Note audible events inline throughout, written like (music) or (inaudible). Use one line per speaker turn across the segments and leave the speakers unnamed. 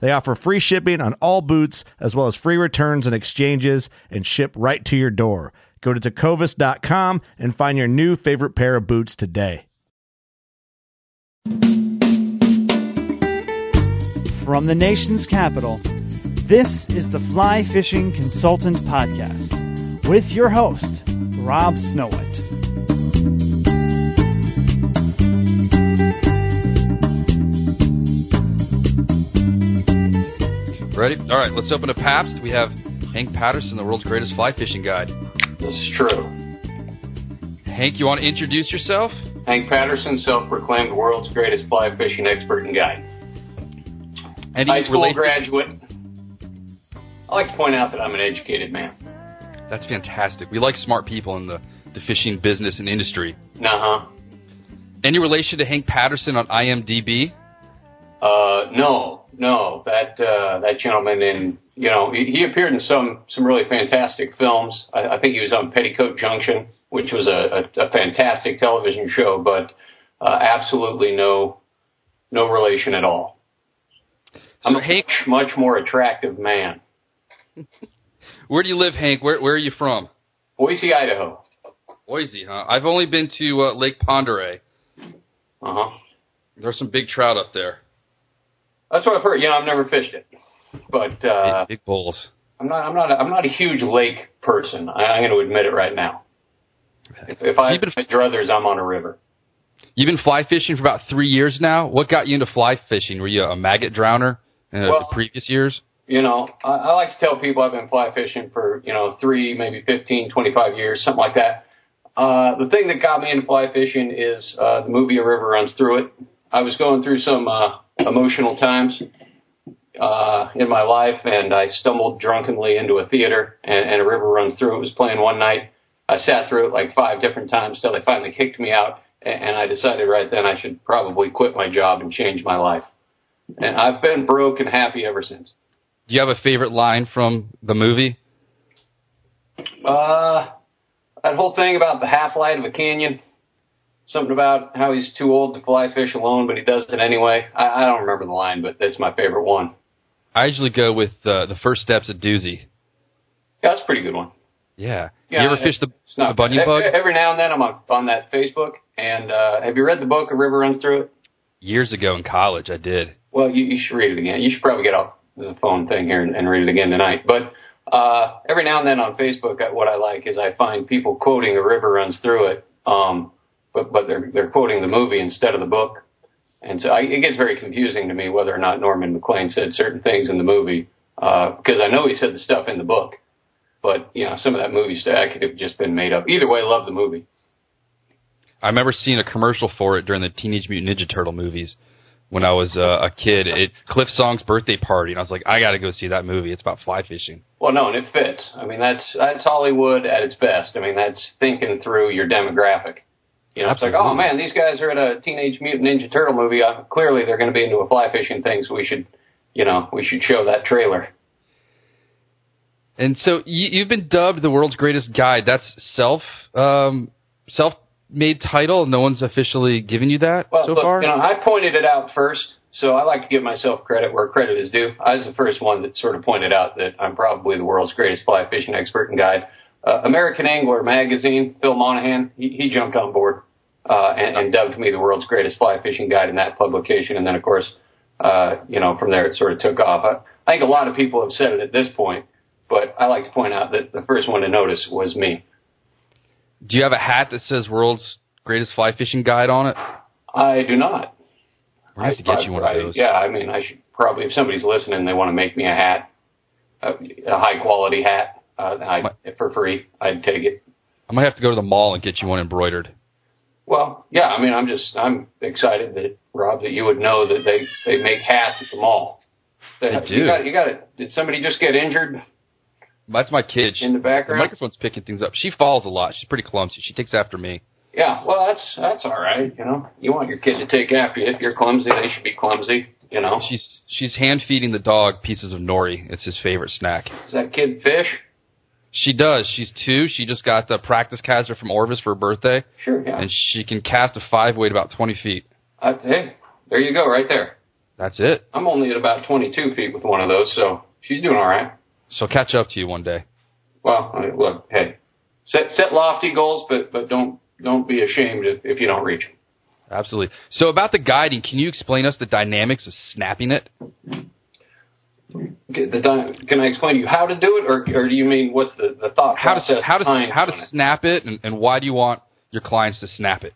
They offer free shipping on all boots, as well as free returns and exchanges, and ship right to your door. Go to tecovas.com and find your new favorite pair of boots today.
From the nation's capital, this is the Fly Fishing Consultant Podcast with your host, Rob Snowett.
Ready? All right, let's open to Pabst. We have Hank Patterson, the world's greatest fly fishing guide.
This is true.
Hank, you want to introduce yourself?
Hank Patterson, self-proclaimed world's greatest fly fishing expert and guide.
And
High school
related-
graduate. I like to point out that I'm an educated man.
That's fantastic. We like smart people in the, the fishing business and industry.
Uh
Any relation to Hank Patterson on IMDb?
huh. Uh, no, no, that uh, that gentleman in you know he, he appeared in some some really fantastic films. I, I think he was on Petticoat Junction, which was a, a, a fantastic television show, but uh, absolutely no no relation at all. I'm
So
a
Hank,
much more attractive man.
where do you live, Hank? Where, where are you from?
Boise, Idaho.
Boise, huh? I've only been to uh, Lake Pondere.
Uh
Uh-huh.
huh.
There's some big trout up there.
That's what I've heard. You know, I've never fished it, but uh,
big, big bulls.
I'm not. I'm not. A, I'm not a huge lake person. I, I'm going to admit it right now. If, if I
You've been-
if I druthers, I'm on a river.
You've been fly fishing for about three years now. What got you into fly fishing? Were you a maggot drowner in uh,
Well-
the previous years?
You know, I, I like to tell people I've been fly fishing for you know three, maybe 15, 25 years, something like that. Uh, the thing that got me into fly fishing is uh, the movie A River Runs Through It. I was going through some uh, emotional times uh, in my life, and I stumbled drunkenly into a theater, and, and A River Runs Through It was playing one night. I sat through it like five different times till they finally kicked me out, and, and I decided right then I should probably quit my job and change my life. And I've been broke and happy ever since.
Do you have a favorite line from the movie?
Uh, that whole thing about the half light of a canyon. Something about how he's too old to fly fish alone, but he does it anyway. I, I don't remember the line, but that's my favorite one.
I usually go with uh, the first steps at doozy.
Yeah, that's a pretty good one.
Yeah.
Yeah,
you ever
it-
fish the,
It's
the
not
bunny
bad.
bug?
Every, every now and then I'm on, on that Facebook. And uh, have you read the book A River Runs Through It?
Years ago in college, I did.
Well, you, you should read it again. You should probably get off the phone thing here and, and read it again tonight. But uh, every now and then on Facebook, I, what I like is I find people quoting "A River Runs Through It," um, but but they're they're quoting the movie instead of the book, and so I, it gets very confusing to me whether or not Norman McLean said certain things in the movie uh, because I know he said the stuff in the book, but you know some of that movie stuff I could have just been made up. Either way, love the movie.
I remember seeing a commercial for it during the Teenage Mutant Ninja Turtle movies when I was uh, a kid at Cliff Song's birthday party, and I was like, I got to go see that movie. It's about fly fishing.
Well, no, and it fits. I mean, that's that's Hollywood at its best. I mean, that's thinking through your demographic. You know, it's like, oh
Absolutely.
man, these guys are at a Teenage Mutant Ninja Turtle movie. Uh, clearly, they're going to be into a fly fishing thing, so we should, you know, we should show that trailer.
And so you, you've been dubbed the world's greatest guide. That's self um, self made title. No one's officially given you that
Well,
so
look,
far.
you know, I pointed it out first, so I like to give myself credit where credit is due. I was the first one that sort of pointed out that I'm probably the world's greatest fly fishing expert and guide. Uh, American Angler magazine, Phil Monahan, he, he jumped on board uh, and, and dubbed me the world's greatest fly fishing guide in that publication. And then, of course, uh, you know, from there it sort of took off. I, I think a lot of people have said it at this point, but I like to point out that the first one to notice was me.
Do you have a hat that says world's greatest fly fishing guide on it?
I do not.
We're gonna have to get you one
I-
of those.
Yeah, I mean, I should probably if somebody's listening, they want to make me a hat, a, a high quality hat, uh, I, for free, I'd take it.
I might have to go to the mall and get you one embroidered.
Well, yeah, I mean, I'm just I'm excited that Rob that you would know that they they make hats at the mall. That-
They do.
You got you got it. Did somebody just get injured?
That's my kid. She-
In the background?
the microphone's picking things up. She falls a lot. She's pretty clumsy. She takes after me.
Yeah, well, that's that's all right. You know, you want your kid to take after you. If you're clumsy, they should be clumsy. You know,
She's she's hand feeding the dog pieces of nori. It's his favorite snack.
is that kid fish?
She does. She's two. She just got the practice caster from Orvis for her birthday,
Sure, yeah.
and she can cast a five weight about twenty feet.
I, hey, there you go, right there.
That's it.
I'm only at about 22 feet with one of those, so she's doing all right.
She'll catch up to you one day.
Well, I mean, look, hey, set set lofty goals, but but don't don't be ashamed if, if you don't reach them.
Absolutely. So about the guiding, can you explain us the dynamics of snapping it?
Get the di- Can I explain to you how to do it, or or do you mean what's the the thought
How
process
to how to
behind
how
doing
to
it?
snap it, and, and why do you want your clients to snap it?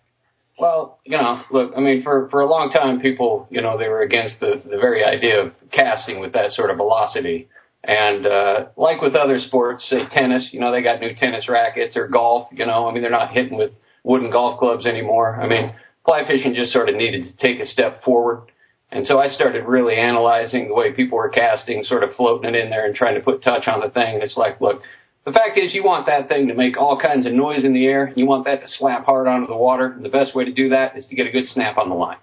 Well, you know, look, I mean, for for a long time, people, you know, they were against the the very idea of casting with that sort of velocity. And uh, like with other sports, say tennis, you know, they got new tennis rackets or golf. You know, I mean, they're not hitting with wooden golf clubs anymore. I mean, fly fishing just sort of needed to take a step forward. And so I started really analyzing the way people were casting, sort of floating it in there and trying to put touch on the thing. And it's like, look, the fact is you want that thing to make all kinds of noise in the air. You want that to slap hard onto the water. And the best way to do that is to get a good snap on the line.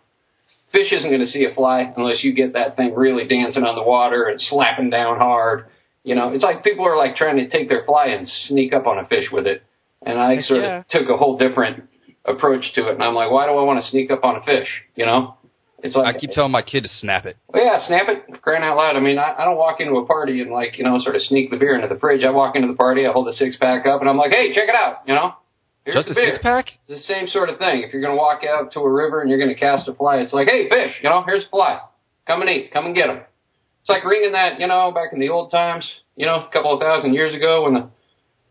Fish isn't going to see a fly unless you get that thing really dancing on the water and slapping down hard. You know, it's like people are like trying to take their fly and sneak up on a fish with it. And I sort
yeah.
of took a whole different approach to it. And I'm like, why do I want to sneak up on a fish? You know, it's
I
like
keep telling my kid to snap it.
well, yeah, snap it. For Crying out loud. I mean, I, I don't walk into a party and like, you know, sort of sneak the beer into the fridge. I walk into the party, I hold the six pack up and I'm like, hey, check it out. You know, here's
Just
the
a
beer.
six pack?
It's the same sort of thing. If you're going to walk out to a river and you're going to cast a fly, it's like, hey, fish, you know, here's a fly. Come and eat. Come and get them. It's like ringing that, you know, back in the old times, you know, a couple of thousand years ago when the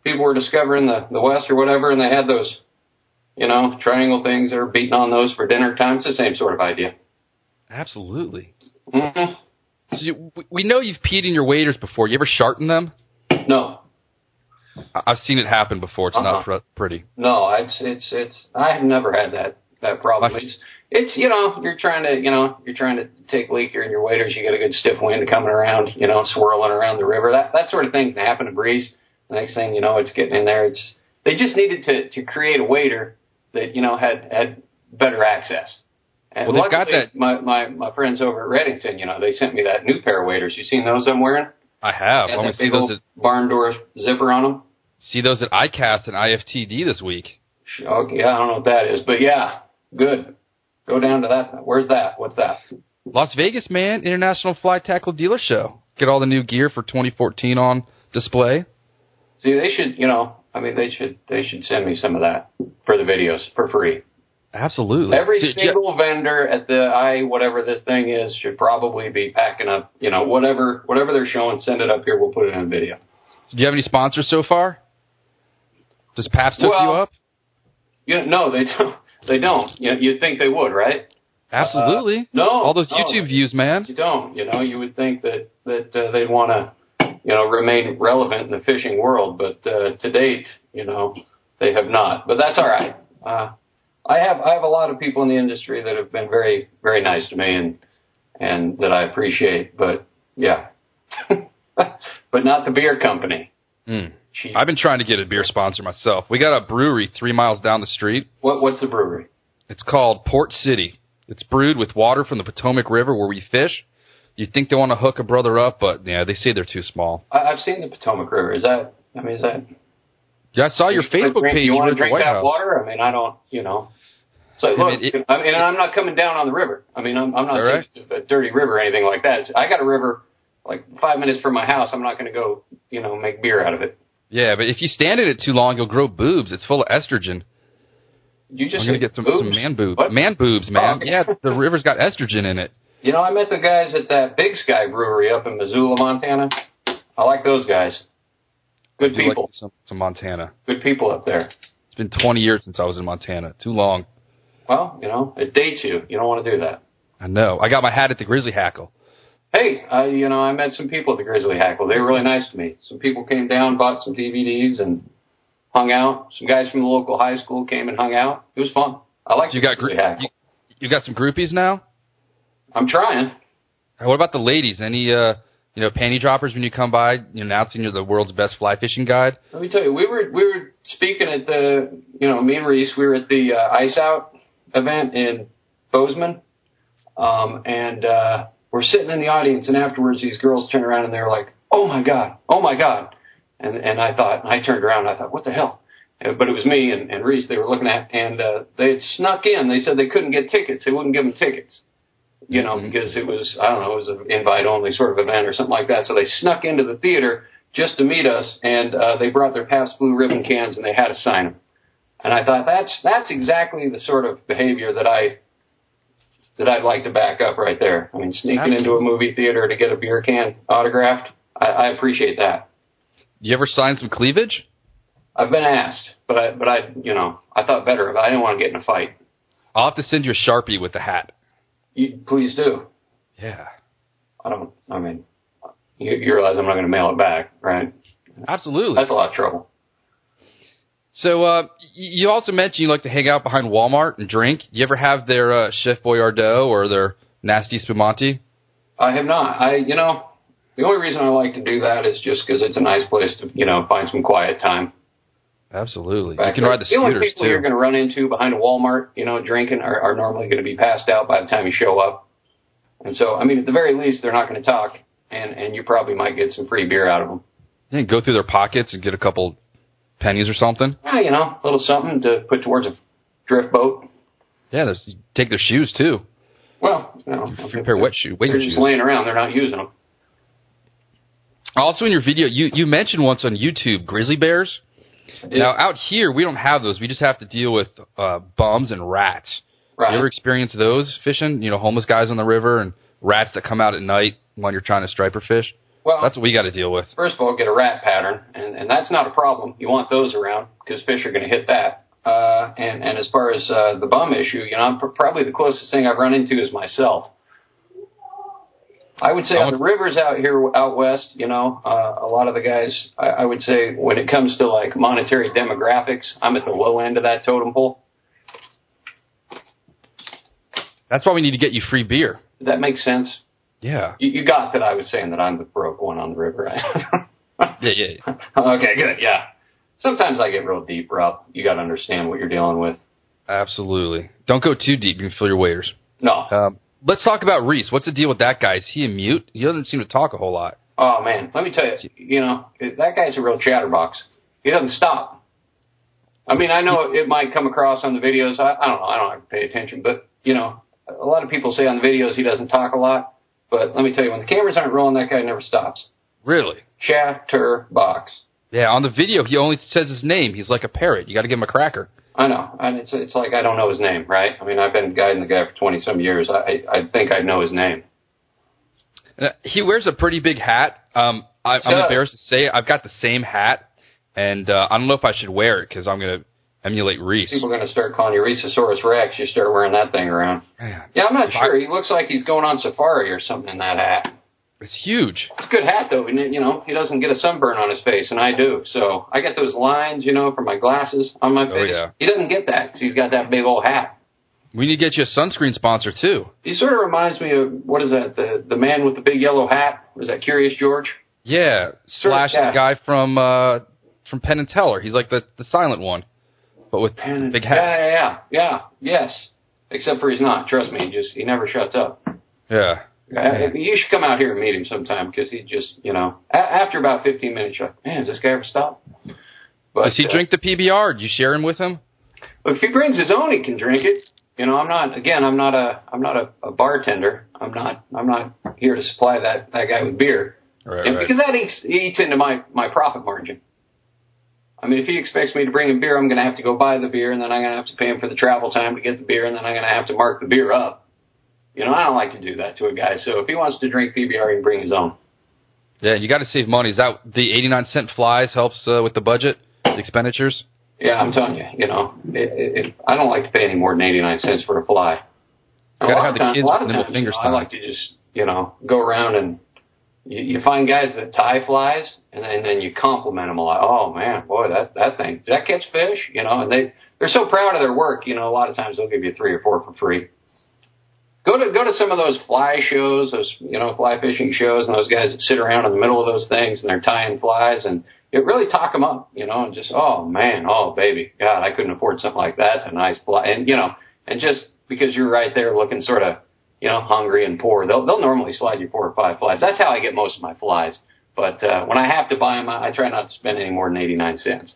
people were discovering the, the West or whatever and they had those, you know, triangle things that were beating on those for dinner time. It's the same sort of idea.
Absolutely.
hmm
So you, we- we know you've peed in your waders before. You ever shart in them?
No,
I- I've seen it happen before. It's
Uh-uh.
not fr- pretty.
No, it's it's it's. I have never had that that problem.
Like-
It's it's you know you're trying to you know you're trying to take a leak. You're in your waders. You got a good stiff wind coming around. You know swirling around the river. That that sort of thing can happen to breeze. The next thing you know, it's getting in there. It's they just needed to to create a wader that you know had had better access. And
Well, they've got
luckily,
that-
My, my my friends over at Reddington, you know, they sent me that new pair of waders. You seen those I'm wearing?
I have. I'm
Had
gonna
that
see
big
those
old
at,
barn door zipper on them.
see those at ICAST and IFTD this week.
Okay, I don't know what that is, but yeah, good. Go down to that. Where's that? What's that?
Las Vegas, man, International Fly Tackle Dealer Show. Get all the new gear for 2014 on display.
See, they should, you know, I mean, they should, they should send me some of that for the videos for free.
Absolutely.
Every
So, do you-
single vendor at the I whatever this thing is should probably be packing up, you know, whatever whatever they're showing. Send it up here. We'll put it in a video.
do you have any sponsors so far? Does Paps took
Well-
you up?
You know, no, they don't. They don't. You know, you'd think they would, right?
Absolutely.
uh, No,
all those
no.
YouTube views, man.
you don't. You know, you would think that that uh, they'd want to, you know, remain relevant in the fishing world, but uh, to date, you know, they have not. But that's all right. Uh, I have I have a lot of people in the industry that have been very very nice to me and and that I appreciate. But yeah, (laughs) but not the beer company. She,
I've been trying to get a beer sponsor myself. We got a brewery three miles down the street.
what what's the brewery?
It's called Port City. It's brewed with water from the Potomac River where we fish. you think they want to hook a brother up, but yeah, they say they're too small.
I, I've seen the Potomac River. Is that? I mean, is that?
Yeah, I saw your Facebook
drink,
page.
You
were
want
at
to
the
drink
White
that
House.
water? I mean, I don't. You know. So look, I
mean,
mean,
it-
I am not coming down on the river. I mean, I'm, I'm not
All right.
saying it's a dirty river or anything like that. It's- I got a river like five minutes from my house. I'm not going to go, you know, make beer out of it.
Yeah, but if you stand in it too long, you'll grow boobs. It's full of estrogen.
You just
I'm gonna
said
get some,
boobs.
some man boobs.
What?
Man boobs,
Oh,
man.
okay.
Yeah, the river's got estrogen in it.
You know, I met the guys at that Big Sky Brewery up in Missoula, Montana. I like those guys. Good
Do you like
people.
some, some Montana.
Good people up there.
It's been 20 years since I was in Montana. Too long.
Well, you know, it dates you. You don't want to do that.
I know. I got my hat at the Grizzly Hackle.
Hey, I, you know, I met some people at the Grizzly Hackle. They were really nice to me. Some people came down, bought some DVDs, and hung out. Some guys from the local high school came and hung out. It was fun. I like
So you got
Grizzly
gr-
Hackle.
you- You got some groupies now.
I'm trying.
Hey, What about the ladies? Any uh, you know, panty droppers when you come by you know, announcing you're the world's best fly fishing guide?
Let me tell you, we were we were speaking at the you know me and Reese we were at the uh, Ice Out event in Bozeman, um, and uh, we're sitting in the audience, and afterwards these girls turn around and they're like, "Oh my god, oh my god," and and I thought, and I turned around, and I thought, "What the hell?" Uh, But it was me and, and Reese they were looking at, and uh, they had snuck in. They said they couldn't get tickets; they wouldn't give them tickets. You know, because it was, I don't know, it was an invite only sort of event or something like that. So they snuck into the theater just to meet us, and uh, they brought their Pabst Blue Ribbon cans and they had us sign them. And I thought that's that's exactly the sort of behavior that I that I'd like to back up right there. I mean, sneaking into a movie theater to get a beer can autographed, I, I appreciate that.
You ever sign some cleavage?
I've been asked, but I but I you know I thought better of it. I didn't want to get in a fight.
I'll have to send you a sharpie with the hat.
You, please do.
Yeah,
I don't. I mean, you, you realize I'm not going to mail it back, right?
absolutely.
That's a lot of trouble.
So uh, y- you also mentioned you like to hang out behind Walmart and drink. You ever have their uh, Chef Boyardeau or their Nasty Spumante?
I have not. I, you know, the only reason I like to do that is just because it's a nice place to, you know, find some quiet time.
Absolutely.
Back
you can ride the
only
scooters
people you're
too.
going to run into behind a Walmart, you know, drinking are, are normally going to be passed out by the time you show up. And so, I mean, at the very least, they're not going to talk, and and you probably might get some free beer out of them.
You can go through their pockets and get a couple pennies or something.
Ah, you know, a little something to put towards a drift boat.
Yeah, there's, you take their shoes too.
Well, you know,
If you pair wet shoe, wet
they're
shoes.
just laying around; they're not using them.
Also, in your video, you, you mentioned once on YouTube grizzly bears. Now, out here, we don't have those. We just have to deal with uh, bums and rats.
Right.
You ever experience those fishing? You know, homeless guys on the river and rats that come out at night when you're trying to striper fish.
well,
That's what we got to deal with.
first of all, get a rat pattern, and, and that's not a problem. You want those around because fish are going to hit that. Uh, and, and as far as uh, the bum issue, you know, I'm pr- probably the closest thing I've run into is myself. I would say on the rivers out here out west, you know, uh, a lot of the guys, I, I would say when it comes to like monetary demographics, I'm at the low end of that totem pole.
That's why we need to get you free beer.
Did that make sense?
Yeah.
You, you got that I was saying that I'm the broke one on the river. (laughs)
Yeah, yeah. yeah.
okay, good, yeah. Sometimes I get real deep, Rob. You got to understand what you're dealing with.
Absolutely. Don't go too deep. You can feel your waders.
No.
Um, let's talk about Reese. What's the deal with that guy? Is he a mute? He doesn't seem to talk a whole lot.
oh man, let me tell you. You know that guy's a real chatterbox. He doesn't stop. I mean, I know it might come across on the videos. I, I don't know. I don't have to pay attention, but you know, a lot of people say on the videos he doesn't talk a lot. But let me tell you, when the cameras aren't rolling, that guy never stops.
Really?
Chatterbox.
Yeah, on the video, he only says his name. He's like a parrot. You got to give him a cracker.
I know, and it's it's like I don't know his name, right? I mean, I've been guiding the guy for twenty some years. I I, I think I know his name.
Uh, He wears a pretty big hat. Um, I, I'm
does.
embarrassed to say I've got the same hat, and uh, I don't know if I should wear it because I'm gonna emulate Reese.
People are going to start calling you Rhesasaurus Rex. You start wearing that thing around.
Man,
Yeah, I'm not
I-
sure. he looks like he's going on safari or something in that hat.
it's huge.
It's a good hat though, and you know he doesn't get a sunburn on his face, and I do. So I get those lines, you know, from my glasses on my face.
Oh, yeah.
He doesn't get that because he's got that big old hat.
We need to get you a sunscreen sponsor too.
He sort of reminds me of what is that? The the man with the big yellow hat was that Curious George?
Yeah, slash
yeah.
the guy from uh, from Penn and Teller. He's like the the silent one, but with the big hat.
Yeah, yeah, yeah, yeah, yes. Except for he's not. Trust me, he just he never shuts up.
Yeah.
Uh, you should come out here and meet him sometime because he just, you know, a- after about 15 minutes, you're like, man, does this guy ever stop? But,
Does he
uh,
drink the PBR? Do you share him with him?
if he brings his own, he can drink it. You know, I'm not. Again, I'm not a. I'm not a, a bartender. I'm not. I'm not here to supply that that guy with beer.
Right,
And
right.
because that eats, eats into my my profit margin. I mean, if he expects me to bring him beer, I'm going to have to go buy the beer, and then I'm going to have to pay him for the travel time to get the beer, and then I'm going to have to mark the beer up. You know, I don't like to do that to a guy. So if he wants to drink PBR, he can bring his own.
Yeah, you got to save money. Is that the 89 cent flies helps uh, with the budget, the expenditures?
Yeah, I'm telling you. You know, it, it, it, I don't like to pay any more than 89 cents for a fly. And
Gotta
a lot
have
of
the
times,
kids
a lot
with
of
nimble
times,
fingers,
you know, I
Tom.
like to just you know go around and you, you find guys that tie flies, and then, then you compliment them a lot. Oh man, boy, that that thing does that catch fish? You know, and they they're so proud of their work. You know, a lot of times they'll give you three or four for free. Go to go to some of those fly shows, those you know fly fishing shows, and those guys that sit around in the middle of those things and they're tying flies, and it really talk them up, you know, and just oh man, oh baby, God, I couldn't afford something like that. It's a nice fly, and you know, and just because you're right there looking sort of you know, hungry and poor. They'll they'll normally slide you four or five flies. That's how I get most of my flies. But uh, when I have to buy them, I, I try not to spend any more than eighty nine cents.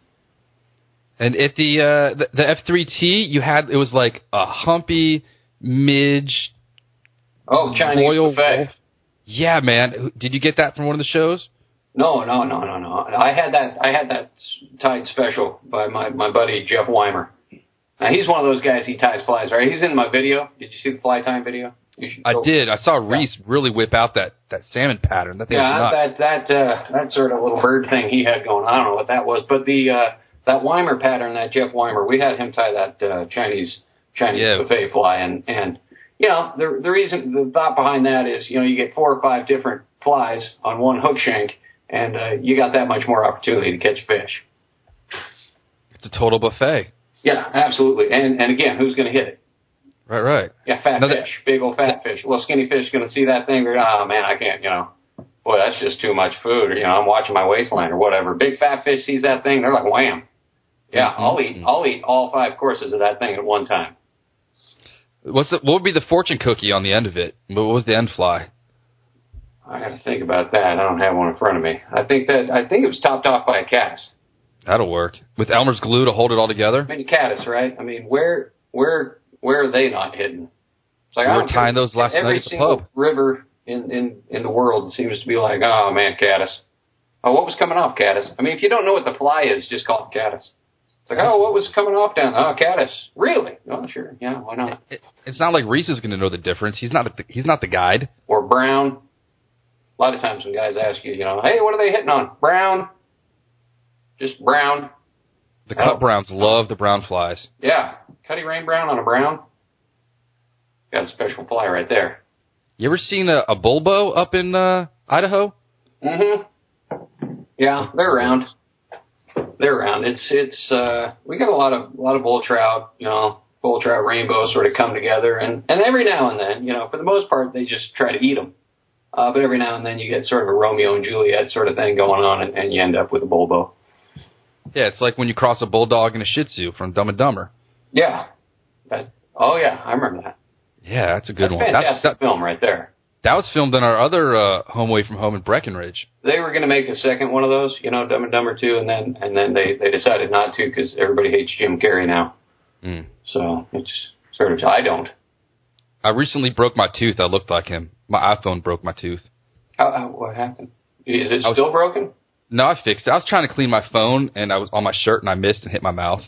And at the uh, the, the F3T, you had it was like a humpy midge
Oh, Chinese
royal
buffet.
wolf. Yeah, man. Did you get that from one of the shows?
No, no, no, no, no. I had that. I had that tied special by my my buddy Jeff Weimer. Now he's one of those guys. He ties flies, right? He's in my video. Did you see the fly time video? You should
I
go-
did. I saw Reese really whip out that, that salmon pattern. That thing was
Yeah,
nuts.
that that uh, that sort of little bird thing he had going. I don't know what that was, but the uh, that Weimer pattern, that Jeff Weimer, we had him tie that uh, Chinese Chinese
Yeah.
buffet fly, and and you know the the reason the thought behind that is you know you get four or five different flies on one hook shank, and uh, you got that much more opportunity to catch fish.
It's a total buffet.
Yeah, absolutely. And and again, who's going to hit it?
Right, right.
Yeah, fat
Another-
fish, big old fat fish. Well, skinny fish going to see that thing. they're, Oh man, I can't. You know, boy, that's just too much food. Or, you know, I'm watching my waistline or whatever. Big fat fish sees that thing. They're like, wham. Yeah, I'll eat. I'll eat all five courses of that thing at one time.
What's the, what would be the fortune cookie on the end of it? What was the end fly?
I got to think about that. I don't have one in front of me. I think that I think it was topped off by a cast.
That'll work with Elmer's glue to hold it all together.
I mean, caddis, right? I mean, where where where are they not hitting? It's like
We
I
were
don't
tying
get it.
those last
Every
night at the
single
pub.
river in, in in the world seems to be like, oh man, caddis. Oh, what was coming off caddis? I mean, if you don't know what the fly is, just call it caddis. It's like, oh, what was coming off down? Oh, caddis. Really? Oh, sure. Yeah, why not?
It, it's not like Reese is going to know the difference. He's not. The, he's not the guide.
Or brown. A lot of times when guys ask you, you know, hey, what are they hitting on? Brown. Just brown.
The cut
Oh.
browns love the brown flies.
Yeah, Cuddy Rain Brown on a brown. Got a special fly right there.
You ever seen a, a bulbo up in uh, Idaho?
hmm Yeah, they're around. They're around. It's it's uh we got a lot of a lot of bull trout, you know, bull trout rainbow sort of come together and and every now and then, you know, for the most part they just try to eat them. Uh, but every now and then you get sort of a Romeo and Juliet sort of thing going on and, and you end up with a bulbo.
Yeah, it's like when you cross a bulldog and a Shih Tzu from Dumb and Dumber.
Yeah. That, oh yeah, I remember that.
Yeah, that's a good
That's
one. That's,
fantastic
that,
film right there.
that was filmed in our other uh, home away from home in Breckenridge.
they were going to make a second one of those, you know, Dumb and Dumber two, and then and then they they decided not to because everybody hates Jim Carrey now.
Mm.
So it's sort of I don't.
I recently broke my tooth. I looked like him. My iPhone broke my tooth.
How, how, what happened? Is it
I was-
still broken?
No, I fixed it. I was trying to clean my phone, and I was on my shirt, and I missed and hit my mouth.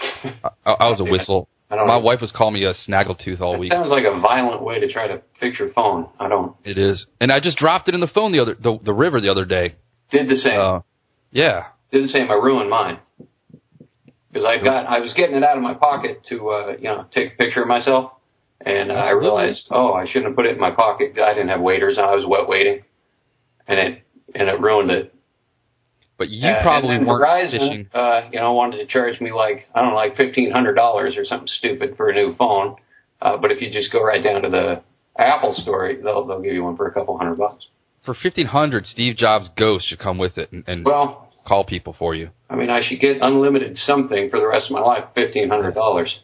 I, I, I was a whistle.
(laughs) I don't
My
know.
wife was calling me a snaggletooth all
That
week.
sounds like a violent way to try to fix your phone. I don't.
It is, and I just dropped it in the phone the other the, the river the other day.
Did the same.
Uh, yeah,
did the same. I ruined mine because I got I was getting it out of my pocket to uh, you know take a picture of myself, and I realized oh I shouldn't have put it in my pocket. I didn't have waders. I was wet waiting, and it and it ruined it.
but you
Uh,
probably
and then
weren't
Verizon,
fishing.
Uh, you know, wanted to charge me like I don't know, like fifteen hundred dollars or something stupid for a new phone. Uh, but if you just go right down to the Apple store, they'll they'll give you one for a couple hundred bucks.
For fifteen hundred, Steve Jobs' ghost should come with it and, and
Well,
call people for you.
I mean, I should get unlimited something for the rest of my life. Fifteen hundred dollars.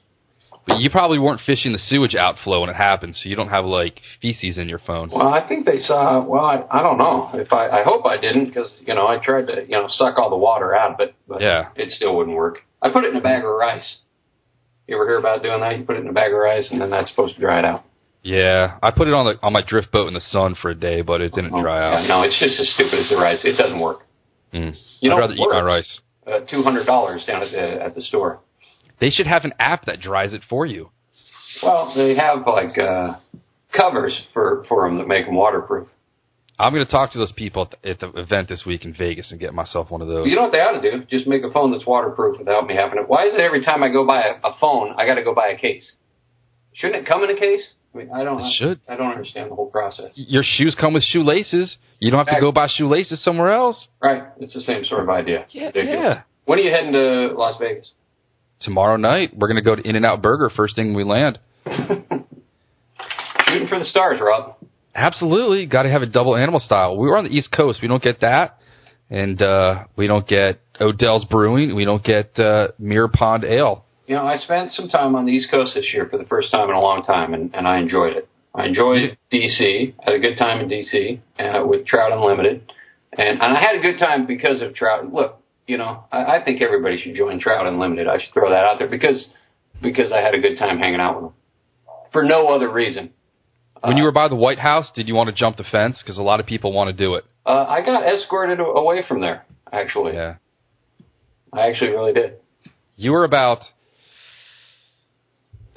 But you probably weren't fishing the sewage outflow when it happened, so you don't have like feces in your phone.
Well, I think they saw. Well, I, I don't know. If I, I hope I didn't, because you know I tried to you know suck all the water out of it, but
Yeah.
it still wouldn't work. I put it in a bag of rice. You ever hear about doing that? You put it in a bag of rice, and then that's supposed to dry it out.
Yeah, I put it on the on my drift boat in the sun for a day, but it didn't dry out.
Yeah, Oh. no, it's just as stupid as the rice. It doesn't work.
Mm.
You know,
I'd rather eat my
works.
rice.
Uh, Two hundred dollars down at the at the store.
They should have an app that dries it for you.
Well, they have like uh, covers for for them that make them waterproof.
I'm going to talk to those people at the, at the event this week in Vegas and get myself one of those.
You know what they ought to do? Just make a phone that's waterproof without me having it. Why is it every time I go buy a, a phone, I got to go buy a case? Shouldn't it come in a case? I mean, I don't.
It should.
I don't understand the whole process.
Your shoes come with shoelaces. You don't have to go buy shoelaces somewhere else.
Right. It's the same sort of idea.
Yeah,
Ridiculous.
yeah.
When are you heading to Las Vegas?
Tomorrow night, we're going to go to In-N-Out Burger first thing we land.
Shooting for the stars, Rob.
Absolutely, got to have a double animal style. We were on the East Coast. We don't get that, and uh, we don't get Odell's Brewing. We don't get uh, Mirror Pond Ale.
You know, I spent some time on the East Coast this year for the first time in a long time, and, and I enjoyed it. I enjoyed DC. Had a good time in DC uh, with Trout Unlimited, and and I had a good time because of Trout. Look, you know, I, I think everybody should join Trout Unlimited. I should throw that out there because because I had a good time hanging out with them for no other reason.
When you
Uh,
were by the White House, did you want to jump the fence? Because a lot of people want to do it.
Uh, I got escorted a- away from there. Actually,
Yeah.
I actually really did.
You were about,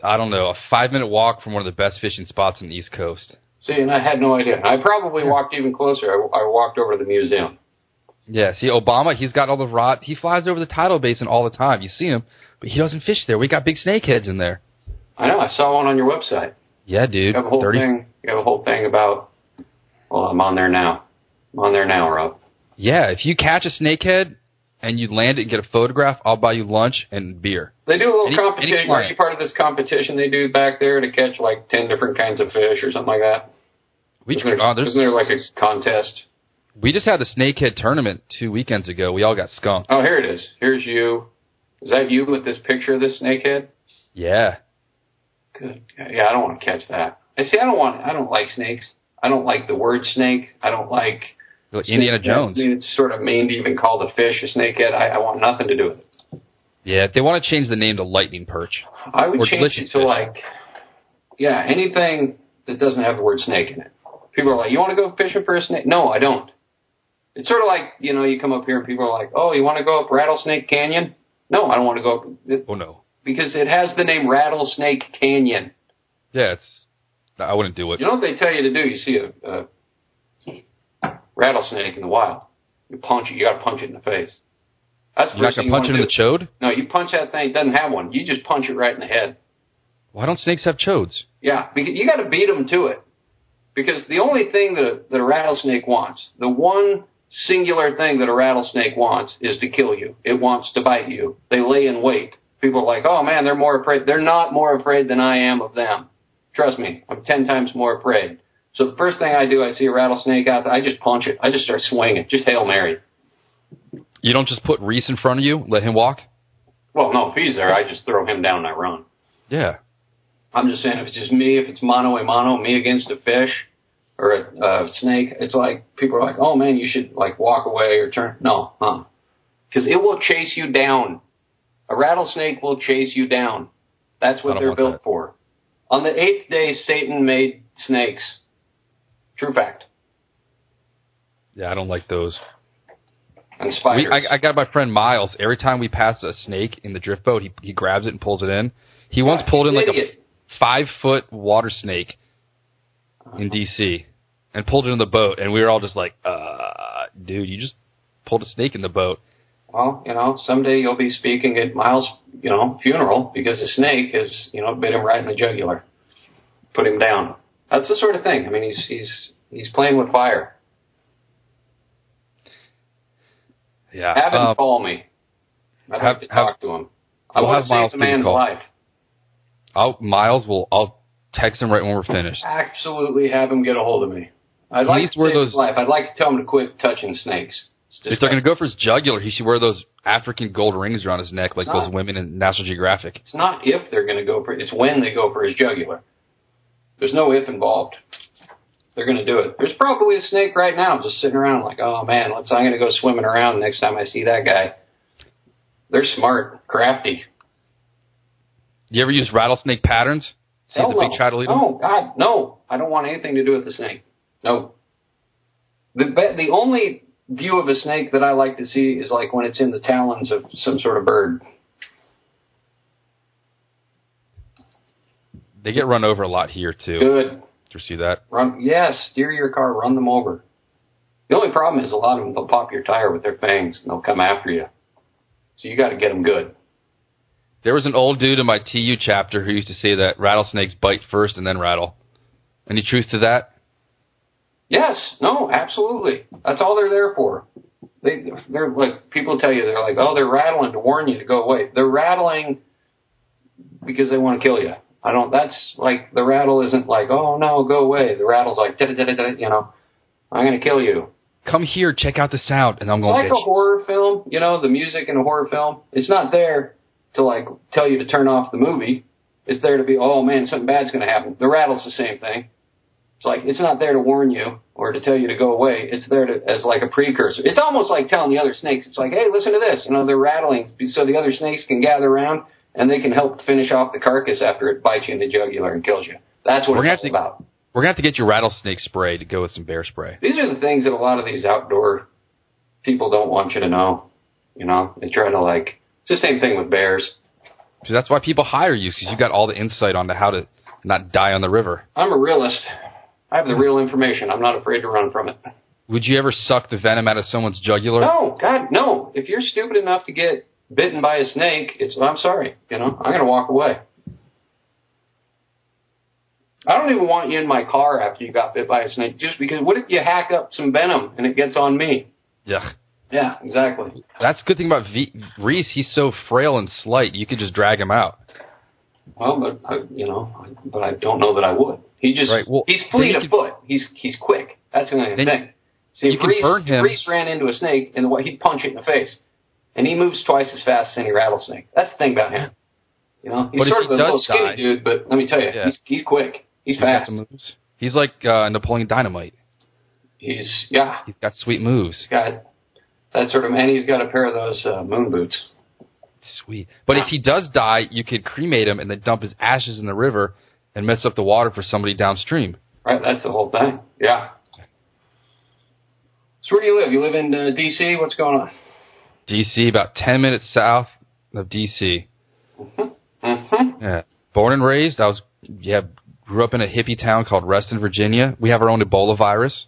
I don't know, a five minute walk from one of the best fishing spots on the East Coast.
See, and I had no idea. I probably walked even closer. I, I walked over to the museum.
Yeah, see, Obama, he's got all the rot. He flies over the tidal basin all the time. You see him, but he doesn't fish there. We got big snakeheads in there.
I know. I saw one on your website.
Yeah, dude.
You have a whole
30
thing. You have a whole thing about. Well, I'm on there now. I'm on there now, Rob.
Yeah, if you catch a snakehead and you land it and get a photograph, I'll buy you lunch and beer.
They do a little
Any-
competition.
any
Are
client.
you part of this competition they do back there to catch like ten different kinds of fish or something like that?
We,
Isn't there,
oh, there's-
isn't there like a contest?
we just had the snakehead tournament two weekends ago. We all got skunked.
Oh, here it is. Here's you. Is that you with this picture of this snakehead?
Yeah.
Good. Yeah, I don't want to catch that. I see. I don't want. I don't like snakes. I don't like the word snake. I don't like
Like Indiana
snake-
Jones.
I mean, it's sort of mean to even call the fish a snakehead. I, I want nothing to do with it.
Yeah, they want to change the name to Lightning Perch.
I would
Or
change it
delicious
to
fish.
like, yeah, anything that doesn't have the word snake in it. People are like, you want to go fishing for a snake? No, I don't. It's sort of like, you know, you come up here and people are like, oh, you want to go up Rattlesnake Canyon? No, I don't want to go up it-
Oh, no.
because it has the name Rattlesnake Canyon.
Yeah, it's. I wouldn't do it.
You know what they tell you to do? You see a, a rattlesnake in the wild. You punch it, you got to punch it in the face. That's the
You're not
first
gonna
thing you
punch it in
wanna
the chode?
do. No, you punch that thing, it doesn't have one. You just punch it right in the head.
Why don't snakes have chodes?
Yeah, because you got to beat them to it. Because the only thing that a, that a rattlesnake wants, the one singular thing that a rattlesnake wants, is to kill you. It wants to bite you. They lay in wait. People are like, oh man, they're more afraid. They're not more afraid than I am of them. Trust me, I'm ten times more afraid. So the first thing I do, I see a rattlesnake out there, I just punch it. I just start swinging, just hail mary.
You don't just put Reese in front of you, let him walk?
Well, no, if he's there, I just throw him down and I run.
Yeah.
I'm just saying, if it's just me, if it's mono a mono, me against a fish or a, a snake, it's like people are like, "Oh man, you should like walk away or turn." No, huh? Because it will chase you down. A rattlesnake will chase you down. That's
I
what
don't
they're
want
built
that.
for. On the eighth day, Satan made snakes. True fact.
Yeah, I don't like those.
And
We,
spiders.
I, I got my friend Miles. Every time we pass a snake in the drift boat, he, he grabs it and pulls it in. He once
Yeah,
pulled in
he's
like
an
a
idiot.
five foot water snake
Uh-huh.
in D.C. and pulled it in the boat, and we were all just like, uh, dude, you just pulled a snake in the boat.
well, you know, someday you'll be speaking at Miles, you know, funeral because the snake has, you know, bit him right in the jugular, put him down. That's the sort of thing. I mean, he's he's he's playing with fire.
Yeah.
Have him
um,
call me. I'd
have-
like to
have-
talk to him. I
we'll
want
have
to
Miles
save the
give you a
man's
call.
life.
I'll, Miles will, I'll text him right when we're finished.
Absolutely, have him get a hold of me. I'd
At
like
least
to
we're
save
those-
his life. I'd like to tell him to quit touching snakes. It's
If they're
disgusting.
going to go for his jugular, he should wear those African gold rings around his neck like
It's not.
those women in National Geographic.
It's not if they're going to go for it's when they go for his jugular. There's no if involved. They're going to do it. There's probably a snake right now just sitting around like, oh man, let's. I'm going to go swimming around next time I see that guy. They're smart, crafty.
You ever use rattlesnake patterns? See
Hell
if they
no.
try to lead him?
No, God, no. I don't want anything to do with the snake. No. The be- the only view of a snake that I like to see is like when it's in the talons of some sort of bird.
They get run over a lot here too.
Good.
Did you see that?
Run. Yes, steer your car. Run them over. The only problem is a lot of them. They'll pop your tire with their fangs and they'll come after you. So you got to get them good.
There was an old dude in my TU chapter who used to say that rattlesnakes bite first and then rattle. Any truth to that?
Yes. No. Absolutely. That's all they're there for. They they're like people tell you they're like oh they're rattling to warn you to go away. They're rattling because they want to kill you. I don't. That's like the rattle isn't like oh no go away. The rattle's like "Da, da, da, da, da," you know I'm gonna kill you.
Come here, check out the sound, and I'm
It's
going
like
to
a horror film, you know, the music in a horror film. It's not there to like tell you to turn off the movie. It's there to be, oh man, something bad's going to happen. The rattle's the same thing. It's like it's not there to warn you or to tell you to go away. It's there to as like a precursor. It's almost like telling the other snakes. It's like, hey, listen to this. You know, they're rattling so the other snakes can gather around and they can help finish off the carcass after it bites you in the jugular and kills you. That's what
We're gonna
it's all
have to-
about.
We're gonna have to get your rattlesnake spray to go with some bear spray.
these are the things that a lot of these outdoor people don't want you to know. You know, they try to like. It's the same thing with bears.
So that's why people hire you, because you got all the insight on how to not die on the river.
I'm a realist. I have the real information. I'm not afraid to run from it.
Would you ever suck the venom out of someone's jugular?
No, God, no. If you're stupid enough to get bitten by a snake, it's. I'm sorry. You know, I'm gonna walk away. I don't even want you in my car after you got bit by a snake, just because. What if you hack up some venom and it gets on me?
Yeah.
Yeah, exactly.
That's the good thing about v- Reese. He's so frail and slight. You could just drag him out.
Well, but I, you know, I- but I don't know that I would. He just
Right, well,
he's
then
fleet
you
of
could-
foot. He's he's quick. That's another
Then
thing. See,
you
if
can
Reese,
burn him.
Reese ran into a snake and what he'd punch it in the face, and he moves twice as fast as any rattlesnake. That's the thing about him. You know, he's
But if
sort
he
of a
does
little skinny
die-
dude, but let me tell you,
Yeah.
he's he's quick. He's,
He's got
fast.
some moves. He's like uh, Napoleon Dynamite.
He's yeah,
He's got sweet moves.
he's got that sort of man. He's got a pair of those uh, moon boots.
Sweet. But if he does die, you could cremate him and then dump his ashes in the river and mess up the water for somebody downstream.
Right, that's the whole thing. Yeah. So where do you live? You live in uh, D.C. What's going on?
D.C., about 10 minutes south of D.C.
Mhm.
Yeah. Born and raised, I was, yeah, grew up in a hippie town called Reston, Virginia. We have our own Ebola virus.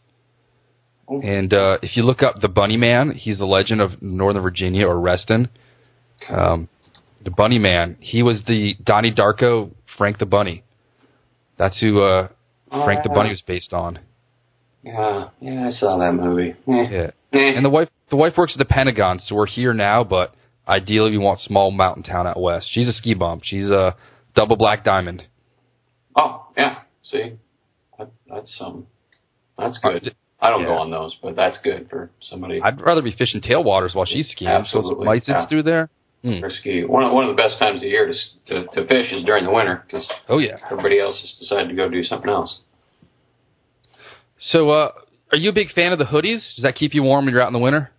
And uh, if you look up the Bunny Man, he's the legend of Northern Virginia or Reston. Um, the Bunny Man, he was the Donnie Darko, Frank the Bunny. That's who uh, Frank the Bunny was based on.
Yeah, yeah, I saw that movie. Eh.
Yeah.
Eh.
And the wife the wife works at the Pentagon, so we're here now, but ideally we want small mountain town out west. She's a ski bum. She's a double black diamond.
oh, yeah. See, that, that's um, that's good.
d-
I don't go
yeah.
on those, but that's good for somebody
I'd rather be fishing tailwaters while she's skiing. So
Absolutely,
some license
yeah.
through there.
for ski. One of, one of the best times of year to, s- to to fish is during the winter because
Oh yeah.
everybody else has decided to go do something else.
So uh are you a big fan of the hoodies? Does that keep you warm when you're out in the winter?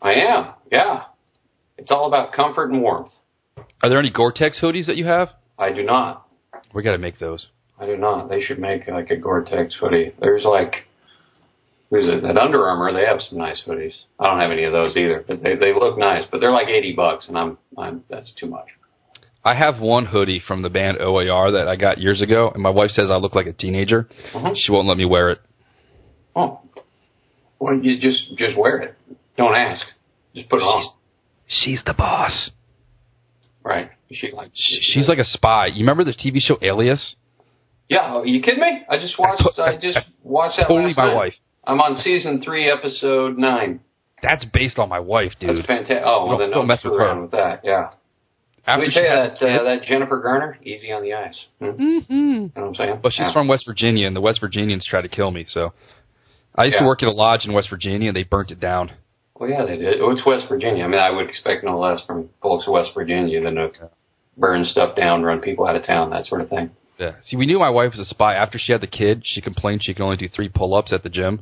I am. Yeah, it's all about comfort and warmth.
Are there any Gore-Tex hoodies that you have?
I do not.
We got to make those.
I do not. They should make like a Gore-Tex hoodie. There's like, who's it? That Under Armour. They have some nice hoodies. I don't have any of those either, but they they look nice. But they're like eighty bucks, and I'm I'm that's too much.
I have one hoodie from the band OAR that I got years ago, and my wife says I look like a teenager.
Mhm.
She won't let me wear it.
Oh, well, you just just wear it. Don't ask. Just put it on.
She's the boss.
Right? She like
Sh- She's like a spy. You remember the TV show Alias?
yeah. Are you kidding me? I just watched.
to-
I just watched that.
Totally
last
my
night.
wife.
I'm on season three, episode nine.
That's based on my wife,
That's
dude.
fantastic. Oh,
Don't-
well, then
don't mess
screw
with her.
around with that. Yeah. Let me tell you
had
that
the kid-
uh, that Jennifer Garner, easy on the eyes. Mm-hmm. You know what I'm saying?
But she's
Yeah.
from West Virginia, and the West Virginians tried to kill me. So I used
Yeah.
to work at a lodge in West Virginia, and they burnt it down.
Well, yeah, they did. Oh, It's West Virginia. I mean, I would expect no less from folks in West Virginia than to burn stuff down, run people out of town, that sort of thing.
Yeah. See, we knew my wife was a spy. After she had the kid, she complained she can only do three pull ups at the gym.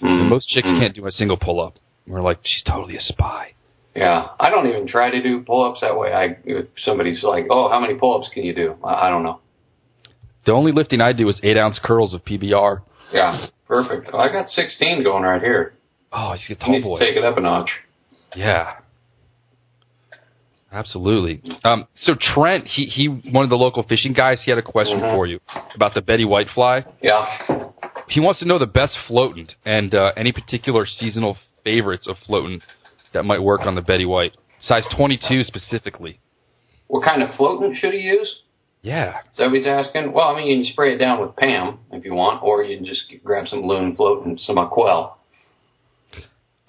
Mm,
And most chicks can't do a single pull up. We're like, she's totally a spy.
Yeah, I don't even try to do pull-ups that way. I if somebody's like, "Oh, how many pull-ups can you do?" I, I don't know.
The only lifting I do is eight ounce curls of PBR.
Yeah, perfect. Well, I got 16 going right here.
Oh, he's a
You
tall
need
boy.
to take it up a notch.
Yeah. Absolutely. Um, so Trent, he, he, one of the local fishing guys, he had a question
Mm-hmm.
for you about the Betty White fly.
Yeah.
He wants to know the best floatant and uh, any particular seasonal favorites of floatant that might work on the Betty White, size 22 specifically.
What kind of floatant should he use?
Yeah.
Is that what he's asking? Well, I mean, you can spray it down with Pam if you want, or you can just grab some loon float and some aquel.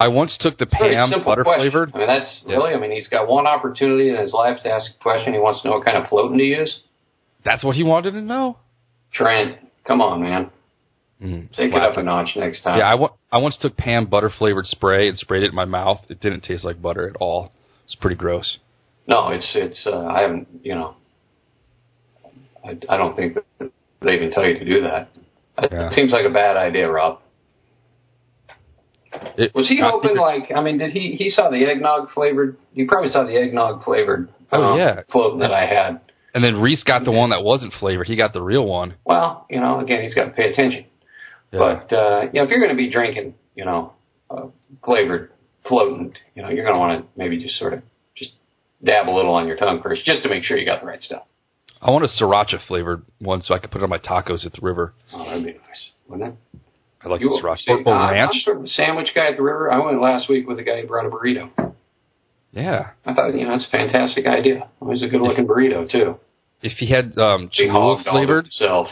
I once took the
Pretty
Pam
simple
butter
question.
flavored.
I mean, that's really. I mean, he's got one opportunity in his life to ask a question. He wants to know what kind of floatant to use.
That's what he wanted to know.
Trent, come on, man. Take it up a
slapping.
notch next time.
Mm, Yeah, I wa- I once took Pam butter flavored spray and sprayed it in my mouth. It didn't taste like butter at all. It's pretty gross.
No, it's it's. Uh, I haven't. You know, I, I don't think that they even tell you to do that. It
Yeah.
seems like a bad idea, Rob.
It,
Was he
I
hoping
think-
like? I mean, did he he saw the eggnog flavored? You probably saw the eggnog flavored. uh,
Oh, yeah.
floating that I had.
And then Reese got the one that wasn't flavored. He got the real one.
Well, you know, again, he's got to pay attention.
Yeah.
But uh, you know, if you're going to be drinking, you know, uh, flavored floatant, you know, you're going to want to maybe just sort of just dab a little on your tongue first, just to make sure you got the right stuff.
I want a sriracha flavored one so I could put it on my tacos at the river.
Oh, that'd be nice, wouldn't it?
I like
You
the
will
sriracha. Uh,
see.
Or, or
I'm-
ranch.
I'm sort of a sandwich guy at the river. I went last week with a guy who brought a burrito.
Yeah.
I thought, you know, that's a fantastic idea. It was a good looking burrito too.
If he had um,
He
Cholula
hogged all of it
flavored,
himself.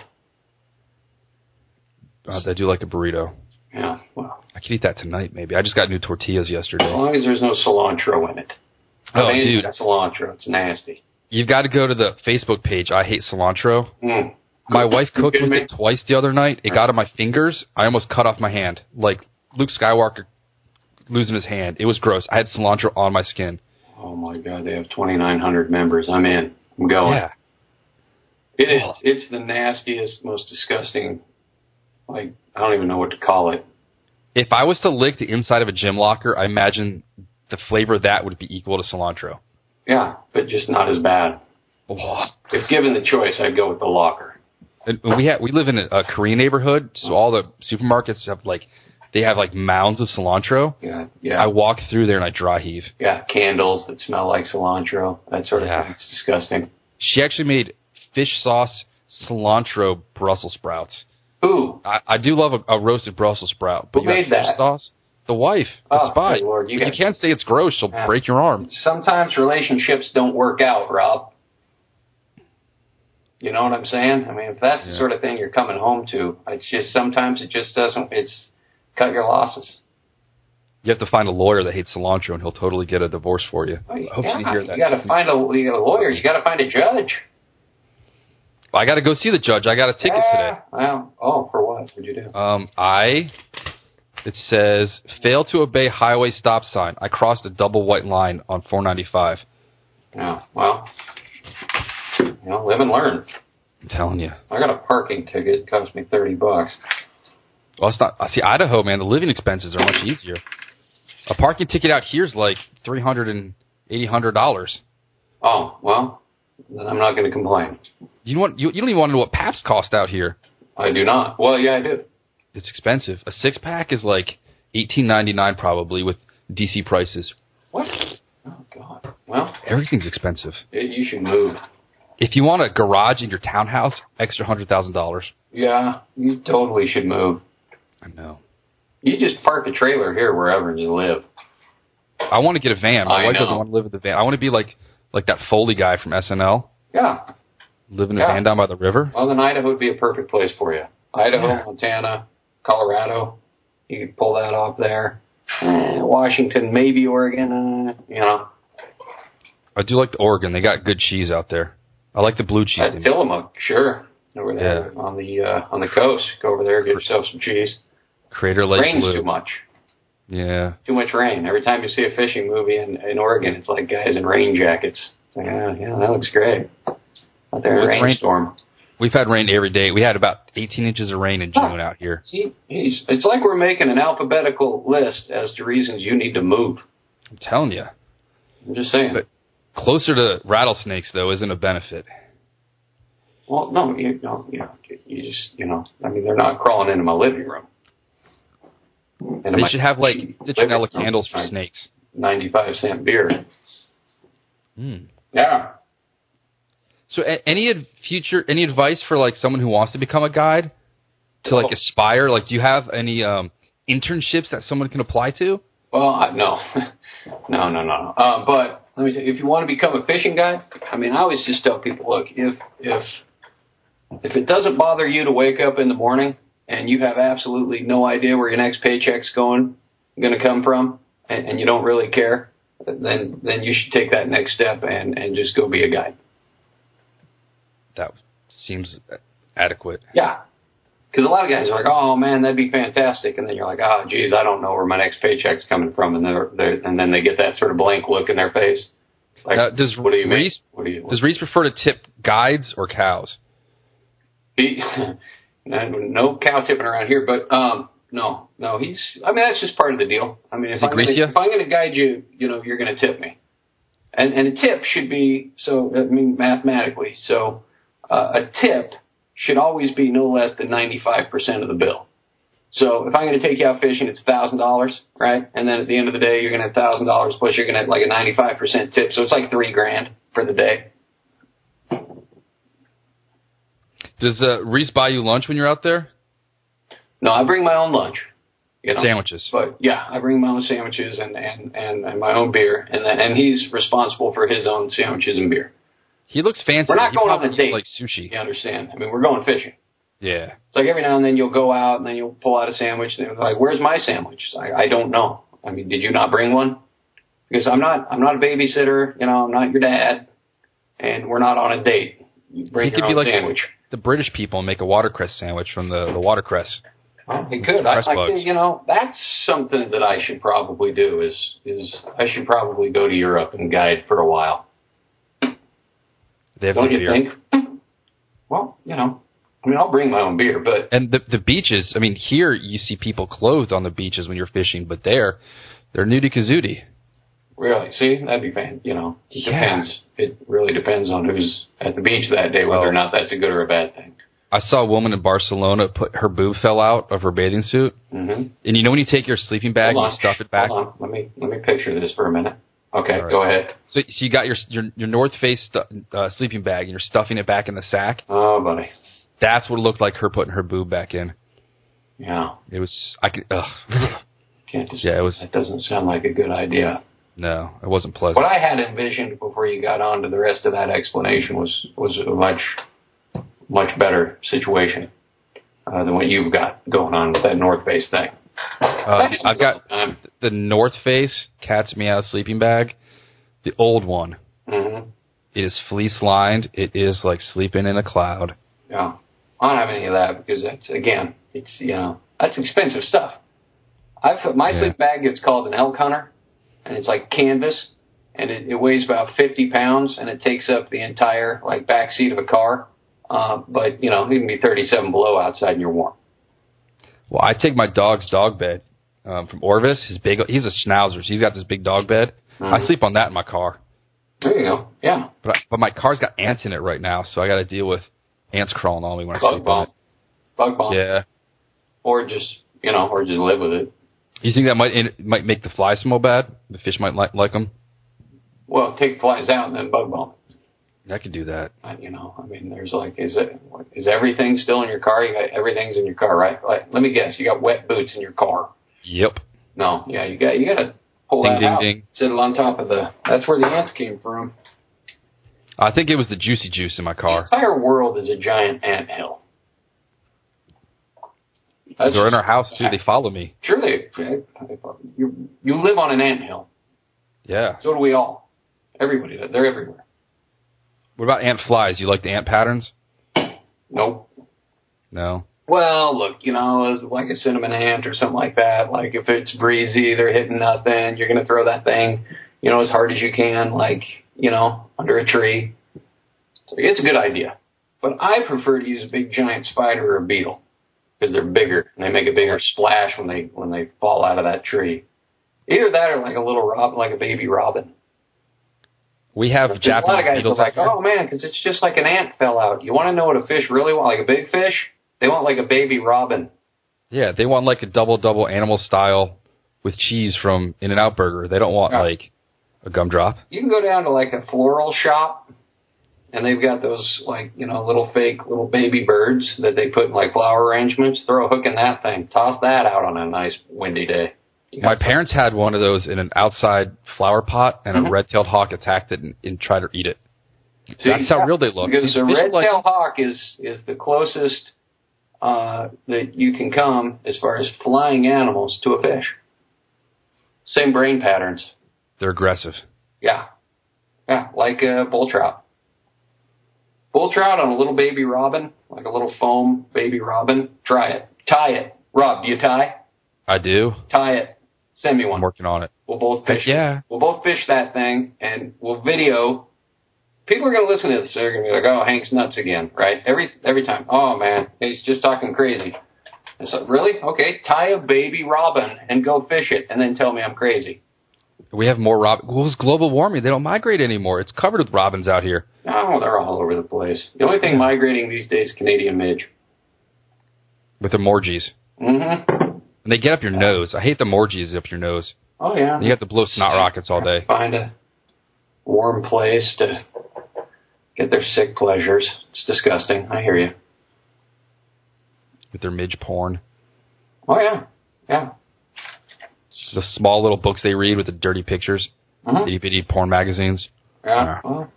uh, I do like a burrito.
Yeah. Well,
I could eat that tonight, maybe. I just got new tortillas
as
yesterday.
long as there's no cilantro in it.
Oh,
Amazing,
dude.
that cilantro. It's nasty.
You've got to go to the Facebook page, I Hate Cilantro.
Mm.
My wife cooked
kidding
with
me?
it twice the other night. It got on my fingers. I almost cut off my hand, like Luke Skywalker losing his hand. It was gross. I had cilantro on my skin.
Oh my God, they have 2,900 members. I'm in. I'm going.
Yeah,
It is.
Ugh.
It's the nastiest, most disgusting. Like I don't even know what to call it.
if I was to lick the inside of a gym locker, I imagine the flavor of that would be equal to cilantro.
Yeah, but just not as bad.
Oh.
If given the choice, I'd go with the locker.
And we ha we live in a, a Korean neighborhood, so all the supermarkets have like they have like mounds of cilantro.
Yeah, yeah.
I walk through there and I dry heave.
Yeah, candles that smell like cilantro, that sort of
Yeah.
thing. It's disgusting.
She actually made fish sauce cilantro Brussels sprouts.
Ooh,
I, I do love a, a roasted Brussels sprout, but
Who
you got
made
fish
that?
sauce. The wife, the
Oh,
spy.
good lord, you
But
guys-
can't say it's gross. She'll
Yeah.
break your arm.
sometimes relationships don't work out, Rob. You know what I'm saying? I mean, if that's the sort of thing you're coming home to, it's just sometimes it just doesn't. It's cut your losses.
You have to find a lawyer that hates cilantro, and he'll totally get a divorce for you. I hope you
Oh, Yeah,
didn't hear that.
You got to find a you got a lawyer. You got to find a judge.
I got to go see the judge. I got a ticket
Yeah.
today.
Well, oh, for what? What'd you do?
Um, I. It says fail to obey highway stop sign. I crossed a double white line on 495.
Yeah. Well, you know, live and learn.
I'm telling you.
I got a parking ticket. It cost me thirty bucks.
Well, it's not. See, Idaho, man, the living expenses are much easier. A parking ticket out here is like 300 and 800 dollars.
Oh well, then I'm not going to complain.
You don't want you, you don't even want to know what Paps cost out here.
I do not. Well, yeah, I do.
It's expensive. A six pack is like eighteen ninety nine probably with DC prices.
What? Oh God. Well,
Everything's expensive.
it, you should move.
If you want a garage in your townhouse, extra hundred thousand dollars.
Yeah, you totally should move.
I know.
You just park a trailer here wherever you live.
I want to get a van. My
I
wife
know.
doesn't want to live in the van. I want to be like like that Foley guy from SNL,
Yeah.
live in a
Yeah.
van down by the river.
Well, then Idaho would be a perfect place for you. Idaho,
Yeah.
Montana, Colorado. You could pull that off there. Eh, Washington, maybe Oregon. Uh, you know,
I do like the Oregon. They got good cheese out there. I like the blue cheese.
at
they make.
Tillamook, sure. Over there
Yeah.
on the uh, on the coast, go over there, get yourself some cheese.
Crater Lake
Rains
Blue.
too much.
Yeah.
Too much rain. Every time you see a fishing movie in, in Oregon, it's like guys in rain jackets. It's like, yeah, yeah, that looks great. Out there in
Well,
a
it's
rainstorm.
We've had rain every day. We had about 18 inches of rain in June out here.
See, he's, it's like we're making an alphabetical list as to reasons you need to move.
I'm telling you.
I'm just saying.
But- Closer to rattlesnakes, though, isn't a benefit.
well, no, you no, you know, you just, you know, I mean, they're not crawling into my living room. Into
They
my
should
(laughs)
have, like, citronella
living room.
candles for
Like
snakes.
95 cent beer.
Hmm.
Yeah.
So, a- any ad- future any advice for like someone who wants to become a guide to
Oh.
like aspire? Like, do you have any um, internships that someone can apply to?
Well, I, no, (laughs) no, no, no. Uh, but let me tell you, if you want to become a fishing guy, I mean, I always just tell people, look, if if if it doesn't bother you to wake up in the morning and you have absolutely no idea where your next paycheck's going going to come from, and, and you don't really care, then then you should take that next step and and just go be a guide.
That seems adequate.
Yeah. Because a lot of guys are like, oh man, that'd be fantastic, and then you're like, oh geez, I don't know where my next paycheck's coming from, and they're, they're and then they get that sort of blank look in their face. Like,
Now, Uh, does
what do you mean?
Reese-
What do you?
Does Reese prefer to tip guides or cows?
He, (laughs) no, no cow tipping around here, but um, no, no, he's. I mean, that's just part of the deal. I mean, if
Is he
I'm, gonna,
greasy?
if I'm going to guide you, you know, you're going to tip me, and and a tip should be so. I mean, mathematically, so uh, a tip should always be no less than ninety five percent of the bill. So if I'm going to take you out fishing, it's thousand dollars, right? And then at the end of the day, you're going to have thousand dollars plus you're going to have like a ninety five percent tip, so it's like three grand for the day.
Does uh, Reese buy you lunch when you're out there?
No, I bring my own lunch. You know?
Sandwiches.
But yeah, I bring my own sandwiches and and and, and my own beer, and then, and he's responsible for his own sandwiches and beer.
He looks fancy.
We're not
He
going on
probably
a
looks
date.
Like sushi.
You understand? I mean, we're going fishing.
Yeah.
It's like every now and then you'll go out and then you'll pull out a sandwich, and they're like, "Where's my sandwich?" It's like, I don't know. I mean, did you not bring one? Because I'm not I'm not a babysitter. You know, I'm not your dad, and we're not on a date. You bring
He could
your
be
own
like-
sandwich.
The British people make a watercress sandwich from the, the watercress.
Well, he could. I,
Press
I
bugs.
think, you know, that's something that I should probably do is, is I should probably go to Europe and guide for a while.
They have
Don't
the
you
beer.
think? (laughs) Well, you know, I mean, I'll bring my own beer, but
And the the beaches. I mean, here you see people clothed on the beaches when you're fishing, but there, they're nudie kazootie.
really, see, that'd be fan, you know, it
Yeah.
depends. It really depends on who's at the beach that day, whether or not that's a good or a bad thing.
I saw a woman in Barcelona put her boob fell out of her bathing suit,
Mm-hmm.
and you know when you take your sleeping bag
Hold
and
on.
you stuff it back.
Hold on. Let me, let me picture this for a minute. Okay,
All right.
go ahead.
So, so you got your your, your North Face stu- uh, sleeping bag, and you're stuffing it back in the sack.
Oh, buddy.
That's what it looked like her putting her boob back in.
Yeah.
It was I could ugh. (laughs)
Can't just,
Yeah, it was-
that doesn't sound like a good idea.
no, it wasn't pleasant.
What I had envisioned before you got on to the rest of that explanation was was a much much better situation uh, than what you've got going on with that North Face thing.
Uh, I've got
Um,
the North Face cat's meow sleeping bag, the old one. Mm-hmm.
mhm,
It is fleece lined. It is like sleeping in a cloud.
yeah, I don't have any of that because that's again, it's you know that's expensive stuff. I've put my
Yeah.
sleep bag. It's called an elk hunter, and it's like canvas, and it, it weighs about fifty pounds, and it takes up the entire like back seat of a car. Uh, but you know, it can be thirty-seven below outside, and you're warm.
Well, I take my dog's dog bed um, from Orvis. His big, he's a schnauzer. So he's got this big dog bed. I sleep on that in my car.
There you go. Yeah.
But I, but my car's got ants in it right now, so I got to deal with ants crawling on me when I
Bug
sleep
bomb. Bug
on
bomb.
it. Yeah.
Or just you know, or just live with it.
You think that might it might make the flies smell bad? The fish might like like them.
Well, take flies out and then bug bomb.
I could do that.
Uh, You know, I mean, there's like, is it is everything still in your car? You got everything's in your car, right? Like, let me guess, you got wet boots in your car.
Yep.
No, yeah, you got you got to pull
Ding,
that
ding,
out.
ding.
Sit it on top of the. That's where the ants came from.
I think it was the juicy juice in my
The
car.
entire world is a giant ant hill. That's
They're in our house too. They follow me.
surely you you live on an ant hill.
Yeah.
So do we all. Everybody, does. they're everywhere.
What about ant flies? You like the ant patterns?
Nope.
No.
well, look, you know, it's like a cinnamon ant or something like that. Like if it's breezy, they're hitting nothing. You're going to throw that thing, you know, as hard as you can, like you know, under a tree. So it's a good idea, but I prefer to use a big giant spider or a beetle because they're bigger and they make a bigger splash when they when they fall out of that tree. Either that or like a little robin, like a baby robin.
We have
There's a lot
Japanese
of guys
beetles
are like,
out there.
oh man, because it's just like an ant fell out. You want to know what a fish really want? Like a big fish? They want like a baby robin.
Yeah, they want like a double double animal style with cheese from In and Out Burger. They don't want
Yeah.
like a gumdrop.
You can go down to like a floral shop, and they've got those like you know little fake little baby birds that they put in like flower arrangements. Throw a hook in that thing, toss that out on a nice windy day. You
My
got some-
parents had one of those in an outside flower pot, and
Mm-hmm.
a red tailed hawk attacked it and, and tried to eat it.
See,
That's how real they look.
Because
See,
a
fish
red
like-
tail hawk is is the closest uh, that you can come as far as flying animals to a fish. Same brain patterns.
They're aggressive.
Yeah, yeah, like a bull trout. Bull trout on a little baby robin, like a little foam baby robin. Try it. Tie it. Rob, do you tie?
I do.
Tie it. Send me one.
I'm working on it.
We'll both fish.
Yeah.
We'll both fish that thing, and we'll video. People are going to listen to this. They're going to be like, "Oh, Hank's nuts again," right? Every every time. Oh man, he's just talking crazy. It's like, really? Okay, tie a baby robin and go fish it, and then tell me I'm crazy.
We have more robin. What was global warming? They don't migrate anymore. It's covered with robins out here.
No, Oh, they're all over the place. The only thing migrating these days, is Canadian midge.
with the morgies.
Mm-hmm.
And they get up your nose. I hate the morgies up your nose.
Oh yeah.
And you have to blow snot rockets all day.
Find a warm place to get their sick pleasures. It's disgusting. I hear you.
with their midge porn.
Oh yeah, yeah.
The small little books they read with the dirty pictures,
Mhm.
itty bitty porn magazines.
Yeah. Well,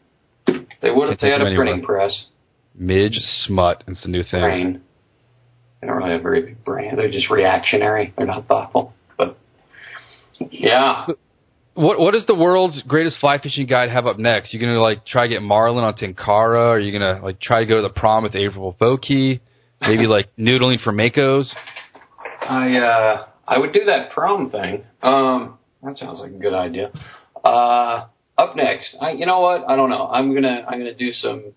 they would if
Can't
they
take
had a
them anywhere.
printing press.
Midge smut. It's the new thing.
Brain. They don't really have very big brain. They're just reactionary. They're not thoughtful. But yeah,
What What does the world's greatest fly fishing guide have up next? You gonna like try to get marlin on Tinkara? Are you gonna like try to go to the prom with April Bokeh? Maybe
(laughs)
like noodling for makos?
I uh, I would do that prom thing. Um, that sounds like a good idea. Uh, up next, I you know what? I don't know. I'm gonna I'm gonna do some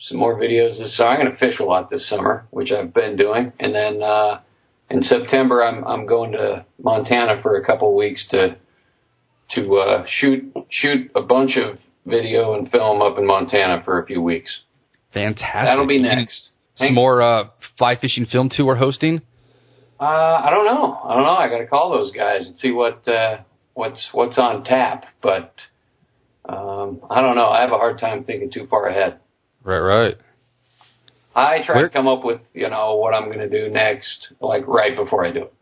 some more videos this summer. I'm gonna fish a lot this summer, which I've been doing, and then uh, in September I'm I'm going to Montana for a couple weeks to to uh, shoot shoot a bunch of video and film up in Montana for a few weeks.
Fantastic.
That'll be
You gonna-
next.
Some more uh, fly fishing film tour hosting.
Uh, I don't know. I don't know. I got to call those guys and see what uh, what's what's on tap. But um, I don't know. I have a hard time thinking too far ahead.
Right, right.
I try
Where-
to come up with you know what I'm going to do next, like right before I do it.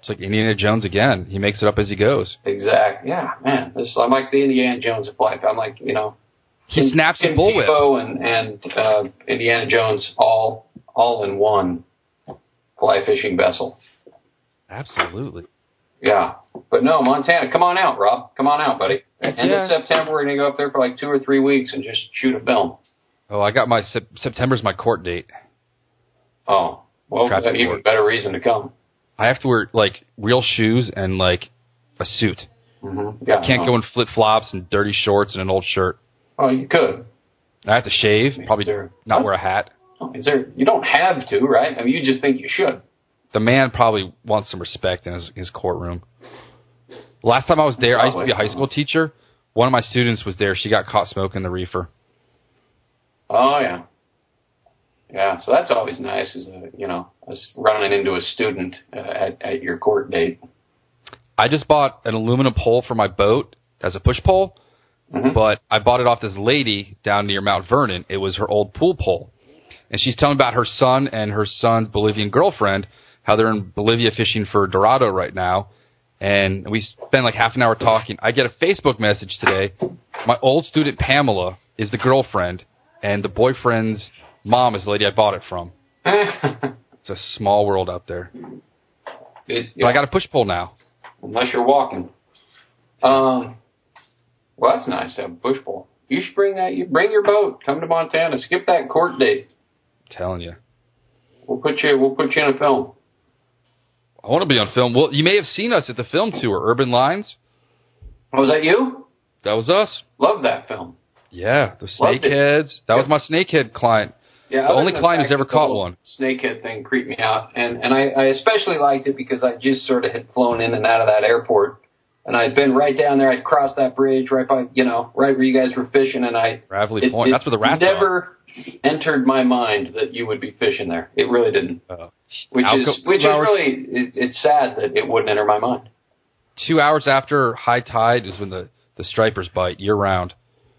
It's like Indiana Jones again. He makes it up as he goes.
Exact. Yeah, man. This I'm like the Indiana Jones of life. I'm like you know
He snaps
Tim
a bullwhip.
Tebow and and uh, Indiana Jones all all in one fly fishing vessel.
Absolutely.
Yeah. But no, Montana, come on out, Rob. Come on out, buddy. End
Yeah.
of September, we're going to go up there for like two or three weeks and just shoot a film.
Oh, I got my sep- September's my court date.
Oh, well,
Traffic
even
court.
better reason to come.
I have to wear like real shoes and like a suit.
Mm-hmm. Yeah.
Can't go in flip flops and dirty shorts and an old shirt.
Oh, you could.
I have to shave, probably
Sure.
not wear a hat.
Oh, Is there? You don't have to, right? I mean, you just think you should.
The man probably wants some respect in his, his courtroom. Last time I was there, I used to be a high school teacher. One of my students was there. She got caught smoking the reefer.
Oh yeah. Yeah. So that's always nice, is a you know, us running into a student uh, at at your court date.
I just bought an aluminum pole for my boat as a push pole, but I bought it off this lady down near Mount Vernon. It was her old pool pole. And she's telling me about her son and her son's Bolivian girlfriend, how they're in Bolivia fishing for Dorado right now. And we spend like half an hour talking. I get a Facebook message today. My old student Pamela is the girlfriend, and the boyfriend's mom is the lady I bought it from. It's a small world out there.
It-
But I got a push pole now.
unless you're walking. Um, well, that's nice to have a bush bowl. You should bring that. You bring your boat. Come to Montana. Skip that court date.
telling you.
We'll put you. We'll put you in a film.
I want to be on film. Well, you may have seen us at the film tour, Urban Lines.
Oh, was that you?
That was us.
Love that film.
Yeah, the
Loved it.
Snakeheads. That was my Snakehead client.
Yeah,
The
other
only
than
client
fact
who's ever
that the
caught
whole
one.
Snakehead thing creeped me out, and and I, I especially liked it because I just sort of had flown in and out of that airport, and I'd been right down there. I'd crossed that bridge right by you know right where you guys were fishing, and I
Ravely
it,
Point.
it
That's where the rats are.
never entered my mind that you would be fishing there. It really didn't,
Uh,
which
Alco-
is which is
two hours-
really it, it's sad that it wouldn't enter my mind.
Two hours after high tide is when the the stripers bite year round.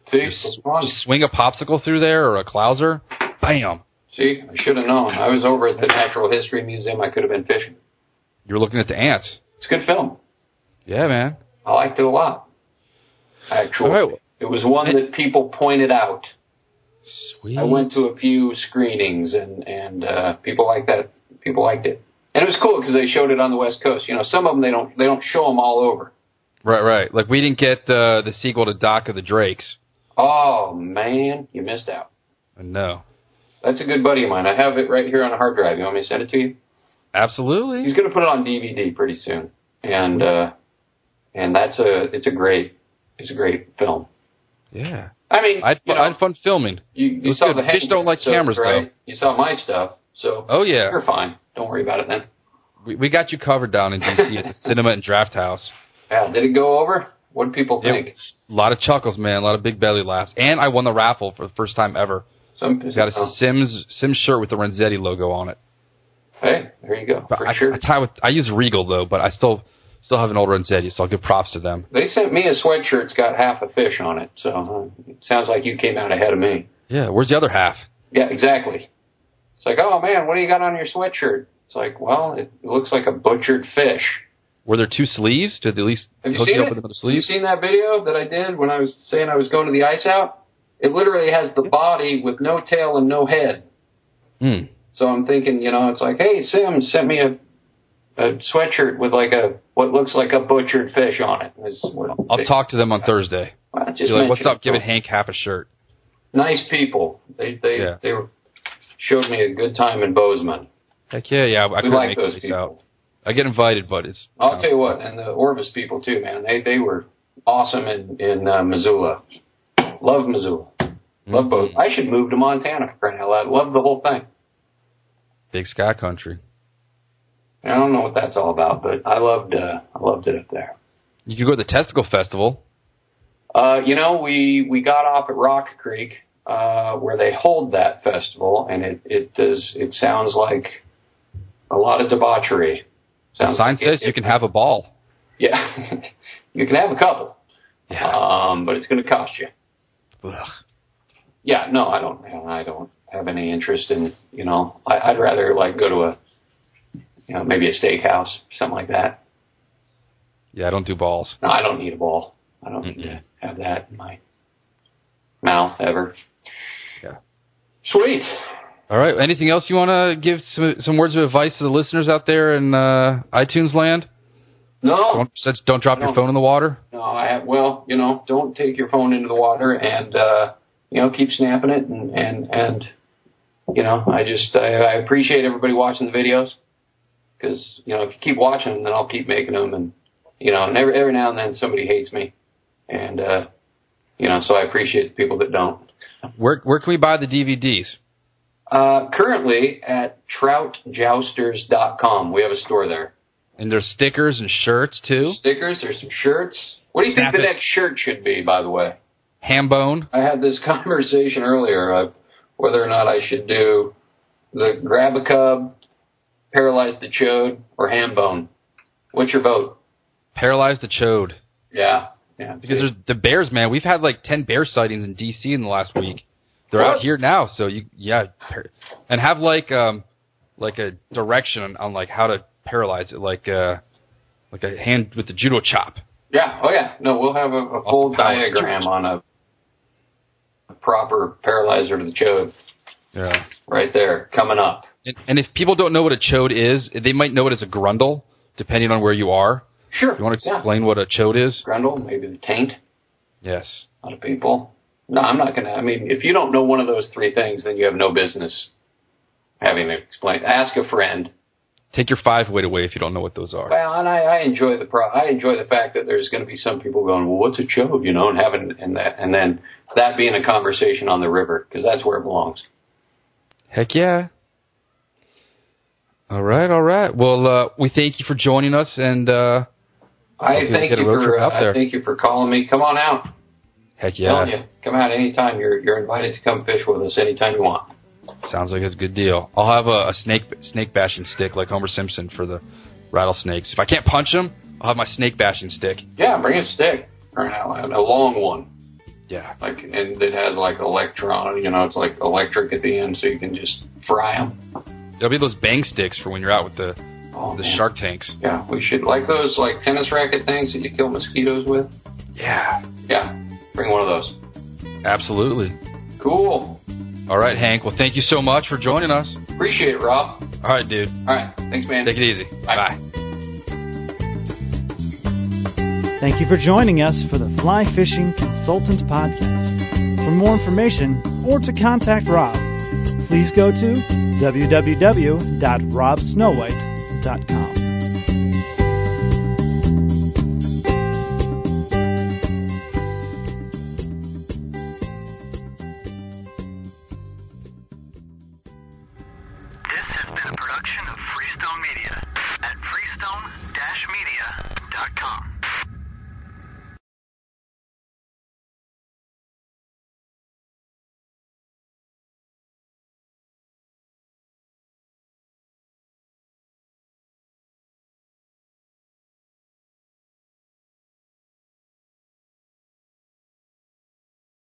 See,
Just,
Wrong.
just swing a popsicle through there or a clouser, bam.
see, I should have known. I was over at the Natural History Museum. I could have been fishing.
You're looking at the ants.
It's a good film.
Yeah, man.
I liked it a lot. Actually,
All right.
it was one that people pointed out.
Sweet.
I went to a few screenings, and and uh, people like that. People liked it, and it was cool because they showed it on the West Coast. You know, some of them they don't they don't show them all over.
right, right. Like we didn't get uh, the sequel to Doc of the Drakes.
Oh man, you missed out.
No,
That's a good buddy of mine. I have it right here on a hard drive. You want me to send it to you? He's
absolutely.
going to put it on DVD pretty soon, and uh, and that's a it's a great it's a great film.
Yeah,
I mean,
I had,
you
fun,
know,
I had fun filming.
You, you
was
saw
good.
the
Fish
Hank
don't like
episodes,
cameras,
right? You saw my stuff, so
Oh yeah,
you're fine. Don't worry about it then.
we, we got you covered down in DC at
(laughs)
the cinema and draft house.
Yeah, Uh, did it go over? What did people
It-
think?
A lot of chuckles, man. A lot of big belly laughs. And I won the raffle for the first time ever.
Some
Got a
oh,
Sims Sims shirt with the Renzetti logo on it.
hey, there you go.
But
For
I,
sure.
I tie with I use Regal though, but I still still have an old Renzetti, so I'll give props to them.
they sent me a sweatshirt. It's got half a fish on it, so uh, it sounds like you came out ahead of me.
Yeah, where's the other half?
Yeah, exactly. It's like, oh man, what do you got on your sweatshirt? It's like, well, it looks like a butchered fish.
Were there two sleeves? Did they at least
Have you
hook
seen
you up
it?
with another
Have you
sleeve?
seen that video that I did when I was saying I was going to the ice out? It literally has the body with no tail and no head.
Mm.
So I'm thinking, you know, it's like, hey, Sim sent me a a sweatshirt with like a what looks like a butchered fish on it. Is what
I'll talk to them on Thursday.
I just
Be like, what's
mentioned
up? Giving
So,
Hank half a shirt.
Nice people. They they
Yeah.
they were, showed me a good time in Bozeman.
Heck yeah, yeah. I
We
couldn't
like
make
those
this
people.
out. I get invited, but it's
I'll
uh,
tell you what, and the Orvis people too, man. They they were awesome in in uh, Missoula. Love Missoula. Love both.
Mm-hmm.
I should move to Montana. for Crying out loud. Love the whole thing.
big sky country.
I don't know what that's all about, but I loved uh, I loved it up there.
You could go to the Testicle Festival.
Uh, you know, we we got off at Rock Creek uh, where they hold that festival, and it it does it sounds like a lot of debauchery.
The
Sounds
sign
like it-
says you can have a ball.
(laughs) yeah, (laughs) you can have a couple,
Yeah.
um, but it's going to cost you.
Ugh.
Yeah, no, I don't I don't have any interest in you know I, I'd rather like go to a you know maybe a steakhouse something like that.
Yeah, I don't do balls.
No, I don't need a ball. I don't need to have that in my mouth ever.
Yeah.
Sweet.
All right. Anything else you want to give some, some words of advice to the listeners out there in uh, iTunes land?
No,
Don't, says don't drop your
Don't.
phone in the water.
No, I have. Well, you know, don't take your phone into the water, and uh, you know, keep snapping it, and and and you know, I just I, I appreciate everybody watching the videos because you know if you keep watching them, then I'll keep making them, and you know, and every every now and then somebody hates me, and uh, you know, so I appreciate the people that don't.
Where where can we buy the DVDs?
Uh, currently at troutjousters.com, we have a store there.
And there's stickers and shirts too.
Stickers, there's some shirts. What do you think
Snap
the
it.
next shirt should be, by the way?
Hambone.
I had this (laughs) conversation earlier of whether or not I should do the grab a cub, paralyze the chode, or ham bone. What's your vote?
Paralyze the chode.
Yeah, yeah.
Because there's the bears, man. We've had like ten bear sightings in DC in the last week. They're out
What?
here now, so you yeah, par- and have like um like a direction on, on like how to paralyze it, like uh like a hand with the judo chop.
yeah, oh yeah. No, we'll have a, a full
powers.
diagram on a, a proper paralyzer to the chode
Yeah.
right there coming up.
And, and if people don't know what a chode is, they might know it as a grundle, depending on where you are.
Sure.
You want to
Yeah.
explain what a chode is?
Grundle, maybe the taint.
Yes.
A lot of people. No, I'm not gonna. I mean, if you don't know one of those three things, then you have no business having to explain. Ask a friend.
Take your five weight away if you don't know what those are.
Well, and I, I enjoy the pro- I enjoy the fact that there's going to be some people going, well, what's a chode, you know, and having and that and then that being a conversation on the river because that's where it belongs.
Heck yeah. All right, all right. Well, uh, we thank you for joining us, and uh,
I
Okay,
thank
get a
you
road
for
trip
uh,
out there.
I thank you for calling me. Come on out.
heck
Telling
yeah,
you, come out anytime. You're you're invited to come fish with us anytime you want.
sounds like it's a good deal. I'll have a, a snake snake bashing stick like Homer Simpson for the rattlesnakes. If I can't punch them, I'll have my snake bashing stick.
Yeah, bring a stick. Burn out loud. A long one.
Yeah,
Like and it has like electron. You know, it's like electric at the end, so you can just fry them.
it'll be those bang sticks for when you're out with the
Oh,
the
man.
shark tanks.
Yeah, we should like those like tennis racket things that you kill mosquitoes with.
Yeah,
Yeah, bring one of those.
absolutely.
Cool.
All right, Hank. Well, thank you so much for joining us.
Appreciate it, Rob.
All right, dude.
All right, thanks, man.
Take it easy.
Bye.
Bye.
Thank you for joining us for the Fly Fishing Consultant Podcast. For more information or to contact Rob, please go to www.robsnowwhite.com.
This has been a production of